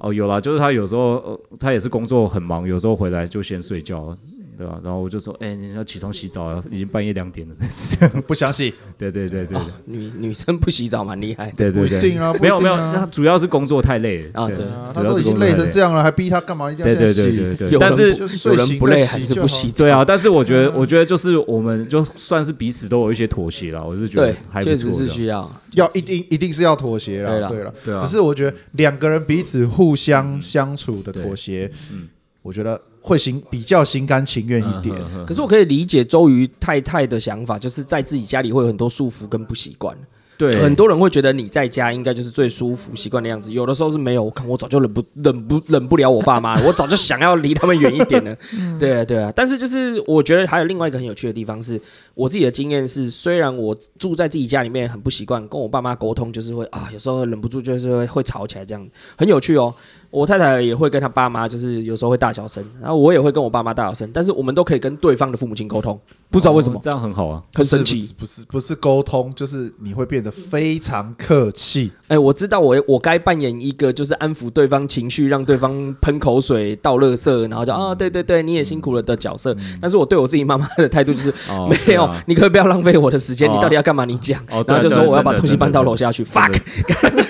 S4: 哦，有啦，就是她有时候，呃她也是工作很忙，有时候回来就先睡觉，对吧、然后我就说，哎、你要起床洗澡啊，已经半夜两点了， *laughs* 是这样。
S2: 不相信，
S4: 对对对对对
S1: 女女生不洗澡蛮厉害
S4: 对
S2: 哦不
S4: 对
S2: 一
S4: 对，
S2: 定啊，不
S4: 没有
S2: 一
S4: 没
S2: 定
S4: 有，
S2: 啊
S4: 她主要是工作太累了
S1: 啊
S4: 对
S1: 对
S2: 啊
S4: 主
S2: 他
S4: 要
S2: 都
S4: 是
S2: 已
S4: 工
S2: 经
S4: 作
S2: 累
S4: 太
S2: 成这样了，还逼他干嘛？一定要
S4: 对对
S2: 现
S4: 对
S2: 在洗
S4: 对对
S1: 有
S4: 对，
S1: 人
S4: 但是
S1: 不
S2: 就是
S1: 有
S2: 睡
S1: 人
S2: 醒
S1: 不
S2: 再
S1: 累
S2: 洗
S1: 还是
S2: 就
S1: 不
S2: 好
S1: 洗澡
S4: 对啊，但是我
S2: 嗯
S4: 觉得，我觉得就是我们就算是彼此都有一些妥协了，我是觉得
S1: 对
S4: 还，不
S1: 确
S4: 错
S1: 实是
S4: 的
S1: 需要。
S2: 要一定一定是要妥协
S1: 对
S2: 啦，
S1: 啦
S2: 对了，
S4: 对啊嗯
S2: 只是我觉得两个人彼此互相相处的妥协，
S1: 嗯
S2: 我觉得会心比较心甘情愿一
S4: 嗯
S2: 点。
S1: 可是我可以理解周瑜太太的想法，就是在自己家里会有很多束缚跟不习惯。
S4: 对，哦
S1: 很多人会觉得你在家应该就是最舒服、习惯的样子。有的时候是没有，我看我早就忍不忍不忍不了我爸妈了，我早就想要离他们远一点
S4: *laughs*
S1: 了。对啊，对啊。但是就是我觉得还有另外一个很有趣的地方是，我自己的经验是，虽然我住在自己家里面很不习惯，跟我爸妈沟通就是会啊，有时候忍不住就是会会吵起来这样，很有趣哦。我太太也会跟她爸妈，就是有时候会大小声，然后我也会跟我爸妈大小声，但是我们都可以跟对方的父母亲沟通，不知道为什么，
S4: 哦这样很好啊。
S1: 很神奇。
S2: 不是不是不是沟通，就是你会变得非常客气。
S1: 哎、我知道我我该扮演一个就是安抚对方情绪，让对方喷口水、倒垃圾，然后就
S4: 嗯
S1: 啊、对对对，你也辛苦了的角色。但是我对我自己妈妈的态度就是，
S4: 哦
S1: *laughs* 没有，你可不可以不要浪费我的时间？
S4: 哦
S1: 你到底要干嘛？你讲。
S4: 哦对
S1: 然
S4: 啊
S1: 后就
S4: 对
S1: 说
S4: 啊
S1: 我要
S4: 真的
S1: 把东西
S4: 真的
S1: 搬到
S4: 真的
S1: 楼下去。
S4: 对啊
S1: fuck，
S4: 对啊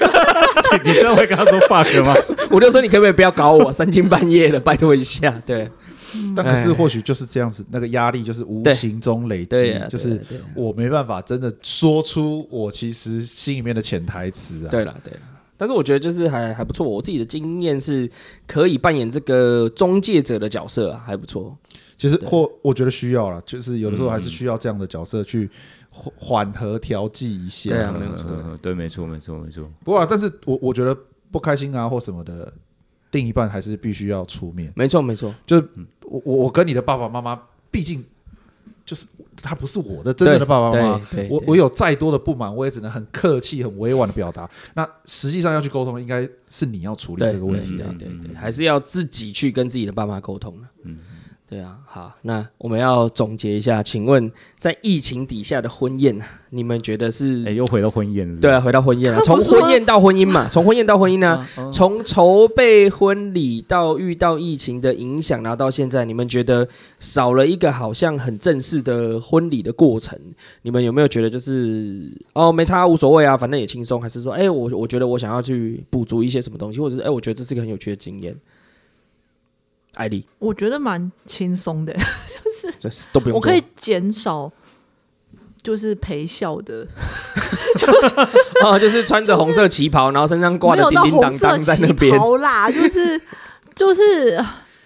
S4: *laughs* 你真的会跟他说 fuck
S1: *laughs*
S4: 吗？
S1: 我就说你可不可以不要搞我，三更半夜的，拜托一下。对
S2: 但可是或许就是这样子，那个压力就是
S1: 嗯
S2: 无
S1: 哎对
S2: 形中累
S1: 对
S2: 积
S1: 啊，，
S2: 就是
S1: 对啊
S2: 我没办法真的说出我其实心里面的潜台词啊。
S1: 对了对了。但是我觉得就是还还不错，我自己的经验是可以扮演这个中介者的角色、啊，还不错。
S2: 其实或我觉得需要啦，就是有的时候还
S4: 嗯
S2: 是需要这样的角色去缓缓和调剂一下。
S1: 对啊没有错
S4: 嗯，对，没错，没错，没错。
S2: 不过啊、但是我我觉得不开心啊或什么的，另一半还是必须要出面。
S1: 没错没错，
S2: 就是我我我跟你的爸爸妈妈，毕竟就是他不是我的真正的爸爸妈妈。
S1: 对，对对
S2: 我我有再多的不满，我也只能很客气、很委婉的表达。那实际上要去沟通的，应该是你要处理
S1: 对
S2: 这个问题
S1: 对
S2: 啊。
S1: 对对对，还是要自己去跟自己的爸妈沟通了。嗯，对啊。好，那我们要总结一下，请问在疫情底下的婚宴，你们觉得是？
S4: 哎，又回到婚宴了。是不是
S1: 对啊，，回到婚宴啊，
S3: 可
S1: 从
S3: 不是吗嗯
S1: 婚宴到婚姻
S3: *laughs*
S1: 嘛，从婚宴到婚姻呢、从筹备婚礼到遇到疫情的影响，然后到现在，你们觉得少了一个好像很正式的婚礼的过程，你们有没有觉得就是哦没差无所谓啊，反正也轻松，还是说哎我我觉得我想要去补足一些什么东西，或者是哎我觉得这是个很有趣的经验。艾丽，
S3: 我觉得蛮轻松的，
S1: 这是都不用
S3: 我
S1: 做
S3: 可以减少就是陪笑的，
S1: 哦，就是穿着红色旗袍，然后身上挂
S3: 没
S1: 着
S3: 有
S1: 叮
S3: 到
S1: 叮
S3: 红
S1: 当
S3: 色
S1: 当在那
S3: 旗
S1: 边，
S3: 袍啦，就是就是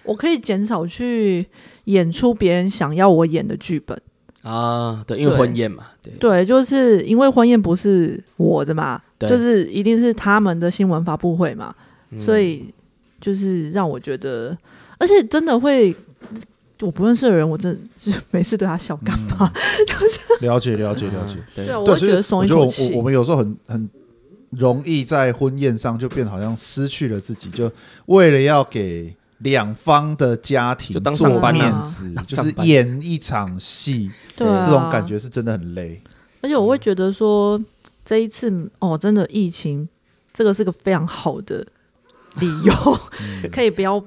S3: 我可以减少去演出别人想要我演的剧本。
S1: 啊，对，因为婚宴嘛，对，
S3: 对，就是因为婚宴不是我的嘛，
S1: 对
S3: 就是一定是他们的新闻发布会嘛，
S1: 嗯
S3: 所以就是让我觉得，而且真的会，我不认识的人，我真的就是每次对他笑干嘛？
S2: 了解，了解，了解。
S1: 对
S3: *laughs* 对，我
S2: 嗯对，所
S3: 会觉
S2: 以
S3: 得松
S2: 我
S3: 一
S2: 觉得
S3: 口
S2: 我我
S3: 气
S2: 我。们有时候很很容易在婚宴上就变得好像失去了自己，就为了要给两方的家
S1: 就
S2: 庭
S1: 当
S2: 做
S1: 上班
S3: 啊
S2: 面子，
S1: 当
S2: 就
S1: 上
S2: 是
S1: 班
S2: 演一场戏，
S3: 对啊
S2: 这种感觉是真的很累。
S3: 而且我
S2: 嗯
S3: 会觉得说，这一次哦，真的疫情，这个是个非常好的理由， *laughs* 可以不要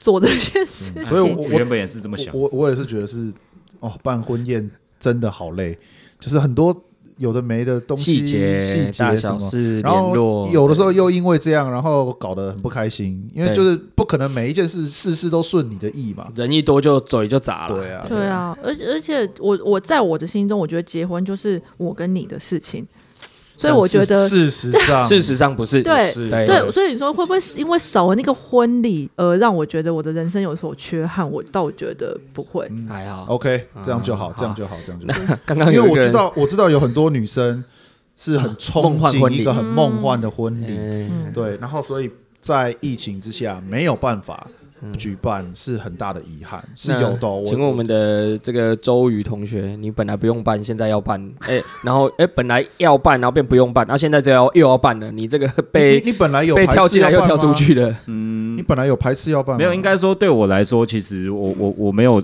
S3: 做这件事情。
S2: 嗯所以我
S4: 我
S2: 我
S4: 原本也是这么想。
S2: 我我我也是觉得是哦，办婚宴真的好累，就是很多有的没的东西
S1: 细节、
S2: 细
S1: 大
S2: 节什
S1: 小
S2: 么。
S1: 事
S2: 然
S1: 联
S2: 后
S1: 络，
S2: 有的时候又因为这样，然后搞得很不开心，因为
S1: 对
S2: 就是不可能每一件事事事都顺你的意嘛。
S1: 人一多就嘴就砸了。
S2: 对啊
S3: 对啊，而而且我我在我的心中，我觉得结婚就是我跟你的事情，所以我觉
S2: 但
S3: 得
S2: 事事实上，
S1: 事实上不是，
S3: 对
S2: 是
S1: 对
S3: 对，所以你说会不会是因为少了那个婚礼，而让我觉得我的人生有所缺憾？我倒觉得不会，
S2: 嗯
S1: 嗯还好。
S2: OK，这样就
S1: 嗯
S2: 好，这样就好，这样就好。
S1: *laughs* 刚刚
S2: 哦因
S1: *laughs* 有一
S2: 为我
S1: 个人啊
S2: 知，道，我知道有很多女生是很憧
S1: 梦幻
S2: 憬
S1: 婚礼
S2: 一个很梦幻的婚礼，
S1: 嗯
S2: 对，然后所以在疫情之下没有办法举办，是很大的遗憾，是有的哦。
S1: 嗯请问我们的这个周瑜同学，你本来不用办，现在要办， *laughs* 哎，然后哎本来要办，然后变不用办，然后现在这要又要办了，你这个
S2: 你
S1: 被
S2: 你你本来有
S1: 被
S2: 排
S1: 跳
S2: 斥
S1: 进来
S2: 要
S1: 又
S2: 办
S1: 跳出
S2: 吗，
S1: 去了，
S2: 你本来有排斥要办吗，
S4: 没有，应该说对我来说，其实我我我没有，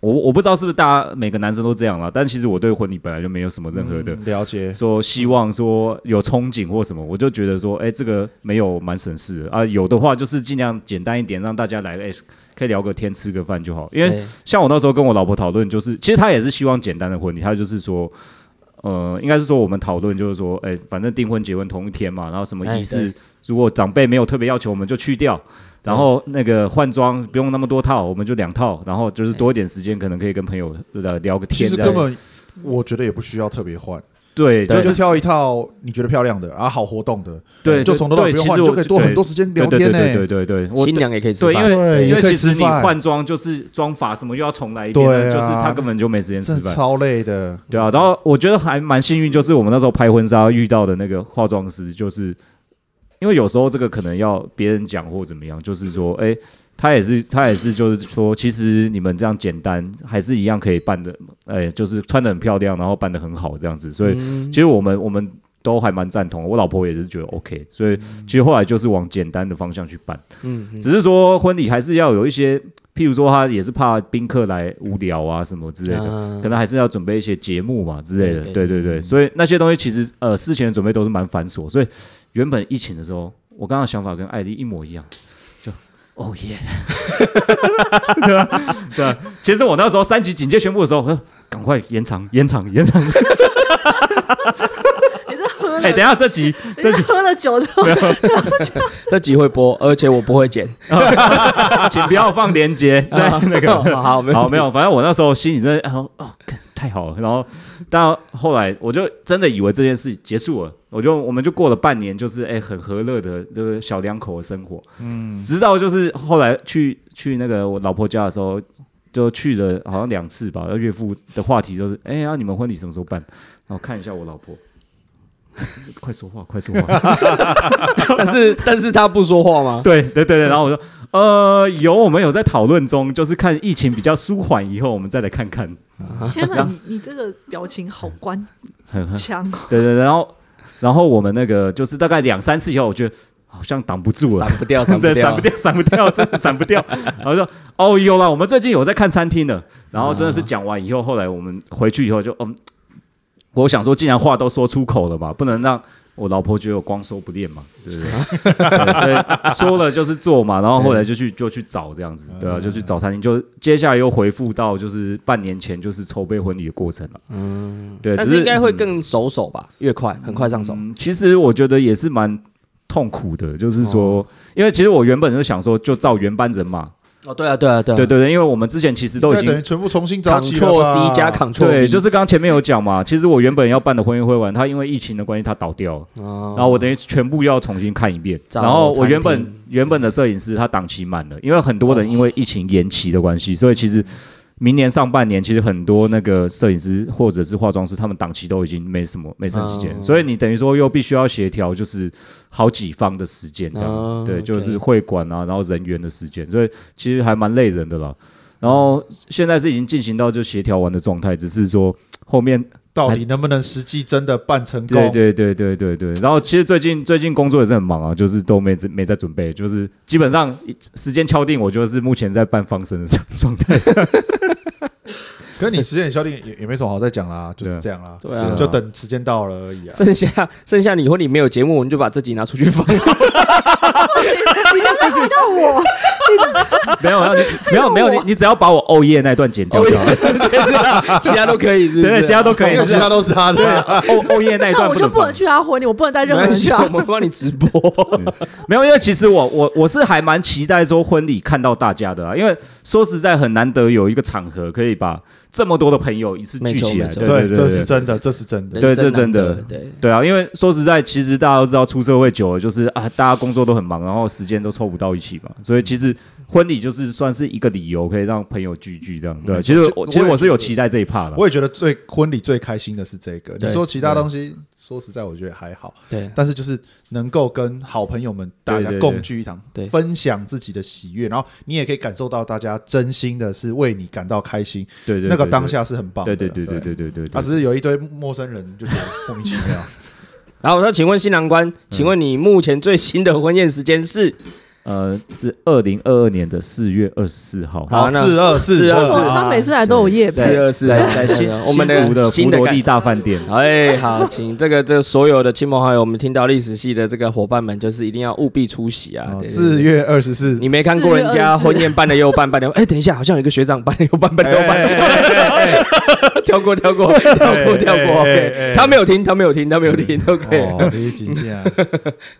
S4: 我我不知道是不是大家每个男生都这样了，但其实我对婚礼本来就没有什么任何的、
S2: 嗯了解。
S4: 说希望说有憧憬或什么，我就觉得说，哎、这个没有蛮省事的啊，有的话就是尽量简单一点，让大家来，哎、可以聊个天，吃个饭就好，因为
S1: 对
S4: 像我那时候跟我老婆讨论，就是其实她也是希望简单的婚礼，她就是说，呃，应该是说我们讨论就是说，哎、反正订婚结婚同一天嘛，然后什么
S1: 哎
S4: 仪式，
S1: 对
S4: 如果长辈没有特别要求，我们就去掉。然后那个换装不用那么多套，我们就两套，然后就是多一点时间，可能可以跟朋友呃聊个
S2: 其
S4: 天
S2: 实
S4: 这
S2: 根
S4: 样。
S2: 本我觉得也不需要特别换，
S4: 对，
S2: 就
S4: 就是
S2: 是挑一套你觉得漂亮的啊，好活动的，
S4: 对，
S2: 就从头到尾
S4: 对
S2: 不用
S4: 其
S2: 换，
S4: 实
S2: 你就
S4: 我
S2: 可以多
S4: 对
S2: 很多时间聊
S4: 对
S2: 天呢。欸
S4: 对对对对对，我
S1: 新娘也可以吃
S4: 对，因
S1: 饭，
S2: 对
S4: 为因
S2: 也
S4: 为
S2: 可以
S4: 其实
S2: 吃
S4: 你
S2: 饭
S4: 换装就是妆法什么又要重来一遍
S2: 对
S4: 了，
S2: 啊
S4: 就是他根本就没时间吃
S2: 真的
S4: 饭。
S2: 超累的。
S4: 对
S1: 嗯
S4: 啊，然后我觉得还蛮幸运，就是我们那时候拍婚纱遇到的那个化妆师，就是因为有时候这个可能要别人讲或怎么样，就是说，哎，他也是 *laughs* 他也是就是说，其实你们这样简单，还是一样可以办的，哎，就是穿的很漂亮，然后办的很好这样子。所以
S1: 嗯
S4: 其实我们我们都还蛮赞同的，我老婆也是觉得 OK，所以其实后来就是往简单的方向去办，
S1: 嗯嗯
S4: 只是说婚礼还是要有一些，譬如说他也是怕宾客来无聊啊什么之类的，
S1: 啊
S4: 可能还是要准备一些节目嘛之类的，
S1: 对
S4: 对对嗯对，所以那些东西其实呃事前的准备都是蛮繁琐，所以原本疫情的时候，我刚刚的想法跟艾丽一模一样，就哦耶，对啊对啊，其实我那时候三级警戒宣布的时候，我说呃赶快延长延长延长，
S3: 你这喝了，
S4: 哎、等一下这集这
S3: 你这
S4: 集
S3: 喝了酒之后，
S1: 这集会播，而且我不会剪，
S4: 啊请不要放连接 *laughs* 在那个。
S1: 哦好好没
S4: 好，
S1: 有
S4: 没 *laughs* 有，反正我那时候心里真的，然后哦，干太好了。然后，但后来我就真的以为这件事结束了，我就我们就过了半年，就是哎很和乐的，就是小两口的生活。嗯，直到就是后来去去那个我老婆家的时候，就去了好像两次吧。然后岳父的话题就是，哎呀、啊你们婚礼什么时候办？然后看一下我老婆，快说话，快说话。
S1: 但是但是他不说话吗？
S4: 对对对对，然后我说，呃，有我们有在讨论中，就是看疫情比较舒缓以后，我们再来看看。
S3: 天哪，你你这个表情好官
S4: 很很
S3: 腔
S2: *laughs*
S3: 哦，
S4: *laughs* 对对，对然后然后我们那个就是大概两三次以后，我觉得好像挡不住了
S1: *laughs* 闪。不掉，闪不
S4: *laughs* 对，闪
S1: 掉
S4: 不。掉，闪不掉， *laughs* 真的闪不掉。然后说，哦，有了，我们最近有在看餐厅的。 *laughs* 然后真的是讲完以后，后来我们回去以后就，嗯，我想说，既然话都说出口了嘛，不能让我老婆觉得我光说不练嘛，对不对？对 *laughs* 所以说了就是做嘛。然后后来就去就去找这样子，对啊，就去找餐厅。就接下来又回复到就是半年前就是筹备婚礼的过程了。嗯，对，
S1: 但
S4: 只
S1: 是应该会
S4: 嗯
S1: 更熟手吧，越快，很快上手。
S4: 嗯，其实我觉得也是蛮痛苦的，就是说，因为其实我原本就想说，就照原班人马，
S1: 哦，对啊，对啊，对啊，
S4: 对对对，因为我们之前其实都已
S2: 对等于
S4: 经。
S2: 全部重新找起了
S1: Ctrl
S2: 吧
S1: C 加 Ctrl
S4: 对，
S1: V，
S4: 就是刚刚前面有讲嘛，其实我原本要办的婚宴会馆，它因为疫情的关系，它倒掉了，
S1: 哦
S4: 然后我等于全部要重新看一遍。
S1: 找
S4: 然后我原
S1: 餐
S4: 本
S1: 厅
S4: 原本的摄影师他档期满了，因为很多人因为疫情延期的关系，所以其实明年上半年其实很多那个摄影师或者是化妆师，他们档期都已经没什么没剩几
S1: 哦
S4: 件，所以你等于说又必须要协调，就是好几方的时间这样，
S1: 哦
S4: 对，
S1: OK
S4: 就是会馆啊，然后人员的时间，所以其实还蛮累人的啦。然后现在是已经进行到就协调完的状态，只是说后面
S2: *laughs* 到底能不能实际真的办成功？
S4: 对对对对对对。然后其实最近最近工作也是很忙啊，就是都没没在准备，就是基本上时间敲定，我就是目前在办放生的状态。
S2: 可是你时间效率也也没什么好再讲啦，就是
S4: 对啊
S2: 这样啦，
S1: 对啊
S2: 就等时间到了而已啊。
S1: 剩下剩下你婚礼没有节目，我们就把这集拿出去
S4: *laughs*
S1: 放。
S3: 你真的害到我，
S4: 没有没有你没有没有你你只要把我哦耶那一段剪掉就好了，
S1: 其他都可以，是不是
S4: 对，其他都可以
S2: *laughs* 因为。其他都是他的啊，
S4: 哦哦耶那一
S3: 那
S4: 段
S3: 我
S4: 不
S3: 就
S4: 能
S3: 不
S4: 放
S3: 能。去他婚礼，我不能带任何
S1: 没
S3: 人
S1: 关系
S3: 去
S1: 啊
S3: 啊
S1: 我。们帮你直播。
S4: 没有，因为其实我我我是还蛮期待说婚礼看到大家的啊，因为说实在很难得有一个场合可以把这么多的朋友一次聚起
S1: 没
S4: 来，
S1: 错
S4: 对
S2: 对，
S4: 对对
S2: 这是
S4: 对。
S2: 真的，这是真的。
S1: 人生
S4: 这真的
S1: 难得对。
S4: 对啊，因为说实在，其实大家都知道，出社会久了就是啊，大家工作都很忙，然后时间都凑不到一起嘛，所以其实婚礼就是算是一个理由，可以让朋友聚聚这样。对啊，
S2: 没错
S4: 其实我
S2: 就
S4: 其实
S2: 我也
S4: 我是
S2: 觉
S4: 有
S2: 得
S4: 期待这一趴的。
S2: 我也觉得最婚礼最开心的是这个。
S1: 对
S2: 你说其他东西，说实在，我觉得还好，
S1: 对
S2: 但是就是能够跟好朋友们大家
S4: 对对对
S2: 共聚一堂
S1: 对，
S2: 分享自己的喜悦，然后你也可以感受到大家真心的是为你感到开心，
S4: 对对，
S2: 那个
S4: 对
S2: 当，下是很棒的。
S4: 对对对对对对对对
S2: 啊，只是有一堆陌生人就觉得莫名其
S4: *laughs*
S2: 妙。
S1: 然后我说，请问新郎官，请问你目前最新的婚宴时间是？
S4: 呃，是二零二二年的四月二十四号。
S1: 好那
S2: 四二四
S1: 424
S3: 哇
S1: 是啊
S3: 他每次来都有夜
S1: 四
S3: 配，
S1: 二四，
S4: 在
S1: 在新我们
S4: 新竹
S1: 的
S4: 的
S1: 新
S4: 佛
S1: 的
S4: 罗
S1: 感
S4: 地大饭店。
S1: 哎，好，请这个这所有的亲朋好友，我们听到历史系的这个伙伴们，就是一定要务必出席
S4: 哦
S1: 啊！对
S2: 四，月二十四
S1: 对对，你没看过人家婚宴办的又办，办的哎，等一下，好像有一个学长办的又办，办的
S2: 哎
S4: 哎
S1: 又办， *laughs* 跳过跳过跳过跳过，OK，他没有听，他没有听，他没有听，OK，
S4: *laughs*
S2: 哦，你真正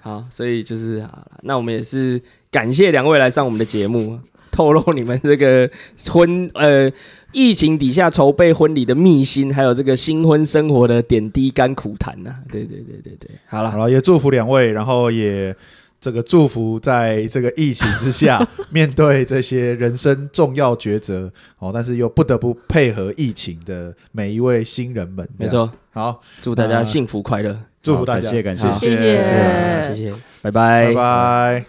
S1: 好，所以就是好了，那我们也是感谢两位来上我们的节目， *laughs* 透露你们这个婚呃疫情底下筹备婚礼的秘辛，还有这个新婚生活的点滴甘苦谈呐、对对对对对，好
S2: 好
S1: 了，
S2: 了，也祝福两位，然后也这个祝福在这个疫情之下，面对这些人生重要抉择哦，但是又不得不配合疫情的每一位新人们。
S1: 没，错，
S2: 好，
S1: 祝大家
S2: 呃
S1: 幸福快乐，
S2: 祝福大家，
S4: 好感谢感谢
S1: 好
S4: 谢
S3: 谢
S1: 好谢谢，拜拜，
S2: 拜拜。